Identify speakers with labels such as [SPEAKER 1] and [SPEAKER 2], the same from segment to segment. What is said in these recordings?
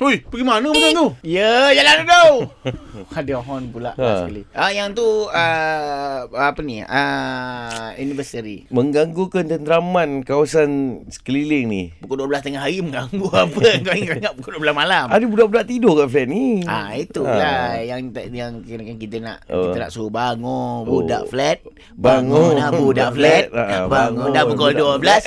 [SPEAKER 1] Ui, pergi mana macam tu?
[SPEAKER 2] Ya, jalan dulu. Ada horn pula
[SPEAKER 3] Ha.
[SPEAKER 2] ha. sekali. Ah yang tu uh, apa ni? Ah anniversary.
[SPEAKER 3] Mengganggu ketenteraman kawasan sekeliling ni.
[SPEAKER 2] Pukul 12 tengah hari mengganggu apa? Kau ingat pukul 12 malam.
[SPEAKER 3] Ada budak-budak tidur kat flat ni.
[SPEAKER 2] Ah itulah ha. yang tak- yang kira- yang kita nak
[SPEAKER 3] Oh.
[SPEAKER 2] oh. kita nak suruh bangun
[SPEAKER 3] Oh.
[SPEAKER 2] budak flat.
[SPEAKER 3] Bangun.
[SPEAKER 2] Bangun dah budak flat.
[SPEAKER 3] Ah,
[SPEAKER 2] Bangun dah pukul
[SPEAKER 3] budak-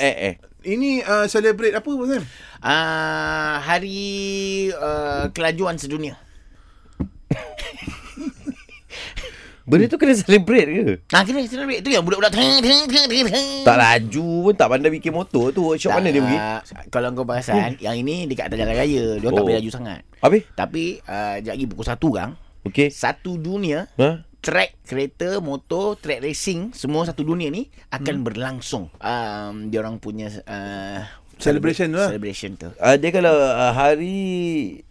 [SPEAKER 2] 12.
[SPEAKER 3] Eh, eh.
[SPEAKER 1] Ini uh, celebrate apa Abang Sam?
[SPEAKER 2] Ah hari uh, kelajuan sedunia.
[SPEAKER 3] Benda tu kena celebrate ke?
[SPEAKER 2] Nah, Ah, kira celebrate tu yang budak-budak teng teng teng teng. teng.
[SPEAKER 3] Tak lah, laju pun tak pandai bikin motor tu. Workshop mana dia pergi?
[SPEAKER 2] pergi? Kalau kau perasan, yang ini dekat atas jalan raya. Dia oh. tak
[SPEAKER 3] Oh.
[SPEAKER 2] boleh laju sangat.
[SPEAKER 3] Habis?
[SPEAKER 2] Tapi, uh, sekejap lagi pukul satu kan.
[SPEAKER 3] Okey.
[SPEAKER 2] Satu dunia,
[SPEAKER 3] Ha?
[SPEAKER 2] track kereta, motor, track racing, semua satu dunia ni akan hmm. berlangsung. Um, dia orang punya... Uh,
[SPEAKER 1] Celebration tu lah.
[SPEAKER 2] Celebration tu.
[SPEAKER 3] Uh, dia kalau uh, hari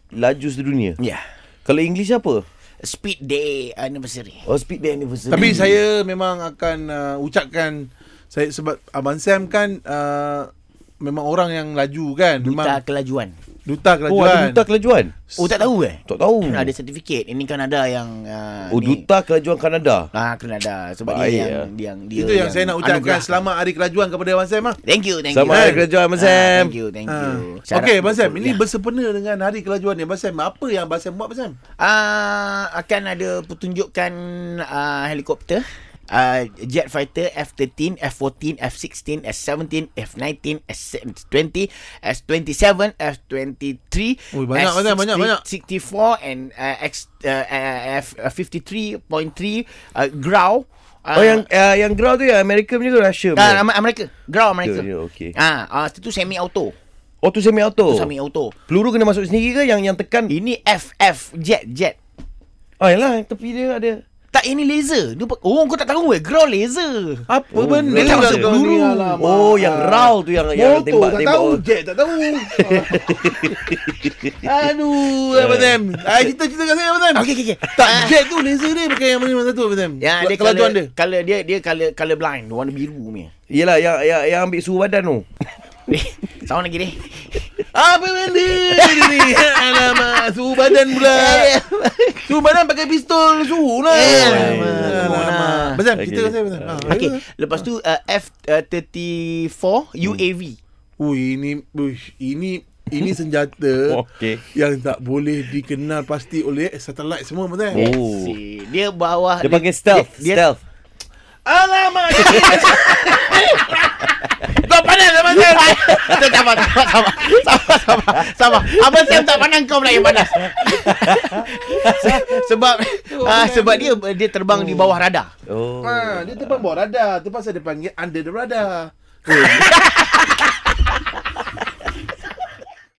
[SPEAKER 3] laju sedunia.
[SPEAKER 2] Ya. Yeah.
[SPEAKER 3] Kalau English apa?
[SPEAKER 2] Speed Day Anniversary.
[SPEAKER 3] Oh, speed day anniversary.
[SPEAKER 1] Tapi saya memang akan uh, ucapkan saya sebab Abang Sam kan uh, memang orang yang laju kan.
[SPEAKER 2] Duta
[SPEAKER 1] Memang
[SPEAKER 2] Kelajuan.
[SPEAKER 1] duta kelajuan.
[SPEAKER 3] Oh, ada duta kelajuan?
[SPEAKER 2] Oh, tak tahu eh?
[SPEAKER 3] Tak tahu.
[SPEAKER 2] Ada sertifikat. Ini kan ada yang... Uh,
[SPEAKER 3] Oh,
[SPEAKER 2] ni.
[SPEAKER 3] duta kelajuan Kanada.
[SPEAKER 2] Ah, kena ada. Sebab dia
[SPEAKER 3] Baik,
[SPEAKER 2] yang,
[SPEAKER 3] ya.
[SPEAKER 2] dia yang... Dia
[SPEAKER 1] Itu yang, saya nak ucapkan
[SPEAKER 2] anugerah.
[SPEAKER 1] selamat hari kelajuan kepada Abang Sam Ah, lah.
[SPEAKER 2] Thank you, thank
[SPEAKER 3] Selamat
[SPEAKER 2] you.
[SPEAKER 3] Hari Kelajuan, Abang Sam. Ah.
[SPEAKER 2] Thank you, thank you.
[SPEAKER 1] Ha.
[SPEAKER 2] Syarat
[SPEAKER 1] Okey, Abang Sam,
[SPEAKER 2] betul,
[SPEAKER 1] ini
[SPEAKER 2] ya.
[SPEAKER 1] bersempena dengan hari kelajuan ni. Abang Sam, apa yang Abang Sam buat, Abang Sam?
[SPEAKER 2] Ah, akan ada pertunjukan ah, helikopter. Uh, jet fighter F-13, F-14, F-16, S-17, F-19, S-20, S-27, F-23,
[SPEAKER 1] Ui, banyak, banyak, banyak, banyak.
[SPEAKER 2] S-64 and uh, X, uh, F-53.3 uh, Grau. Uh,
[SPEAKER 3] Oh, yang uh, yang ground tu yang Amerika punya ke Russia
[SPEAKER 2] Ah,
[SPEAKER 3] punya?
[SPEAKER 2] Amer- Amerika. Grau Amerika.
[SPEAKER 3] Ya, ya, okey.
[SPEAKER 2] Ah, ah, itu semi auto.
[SPEAKER 3] Oh, tu semi auto.
[SPEAKER 2] Itu semi auto.
[SPEAKER 3] Peluru kena masuk sendiri ke yang yang tekan?
[SPEAKER 2] Ini FF jet jet.
[SPEAKER 3] Oh, yalah, tepi dia ada.
[SPEAKER 2] Tak ini laser. Dia pe- oh kau tak tahu eh. Ground laser.
[SPEAKER 1] Apa
[SPEAKER 3] Oh,
[SPEAKER 1] benda
[SPEAKER 3] dia tak
[SPEAKER 1] lah
[SPEAKER 3] masuk
[SPEAKER 1] kau ni?
[SPEAKER 3] peluru.
[SPEAKER 1] Alamak.
[SPEAKER 3] Oh, yang RAL tu yang- yang
[SPEAKER 1] Motor
[SPEAKER 3] tembak-
[SPEAKER 1] tak
[SPEAKER 3] tembak
[SPEAKER 1] tahu,
[SPEAKER 3] orang.
[SPEAKER 1] jet tak tahu. Aduh, Abang Sam. Ah, cerita-cerita kat saya, Abang Sam.
[SPEAKER 2] Okey okey okey.
[SPEAKER 1] Tak,
[SPEAKER 2] Ah,
[SPEAKER 1] jet tu laser dia pakai yang mana satu, Abang Sam?
[SPEAKER 2] Ya, dia
[SPEAKER 1] Kelajuan dia.
[SPEAKER 2] color, color dia dia color color blind, warna biru ni.
[SPEAKER 3] Yelah, yang, yang, yang ambil suhu badan tu.
[SPEAKER 2] Sama lagi ni.
[SPEAKER 1] Apa benda dia ni? Alamak, suhu badan pula.
[SPEAKER 2] Ya.
[SPEAKER 3] Eh.
[SPEAKER 1] Suhu badan pakai pistol, suhu lah.
[SPEAKER 2] Eh,
[SPEAKER 1] Alamak.
[SPEAKER 3] alamak.
[SPEAKER 1] Alamak. Abang Sam,
[SPEAKER 3] Okey.
[SPEAKER 1] cerita kat saya, Abang Sam. Ah,
[SPEAKER 2] Okey, lepas tu uh, F34 UAV.
[SPEAKER 1] Ui ini uish, ini ini senjata
[SPEAKER 3] Okey.
[SPEAKER 1] yang tak boleh dikenal pasti oleh satellite semua betul.
[SPEAKER 3] Oh.
[SPEAKER 1] Oh.
[SPEAKER 2] Si, Dia bawah
[SPEAKER 3] Dia panggil stealth.
[SPEAKER 2] Dia, dia,
[SPEAKER 3] stealth.
[SPEAKER 1] Alamak.
[SPEAKER 2] Kau pandang sama Sam Tak sama sama sama Sama sama Sama Abang Sam tak pandang kau pula yang panas Se- Sebab ah, Sebab dia dia terbang di bawah radar
[SPEAKER 3] Oh.
[SPEAKER 1] Ah, ha, dia terbang bawah radar, tu pasal dia panggil under the radar.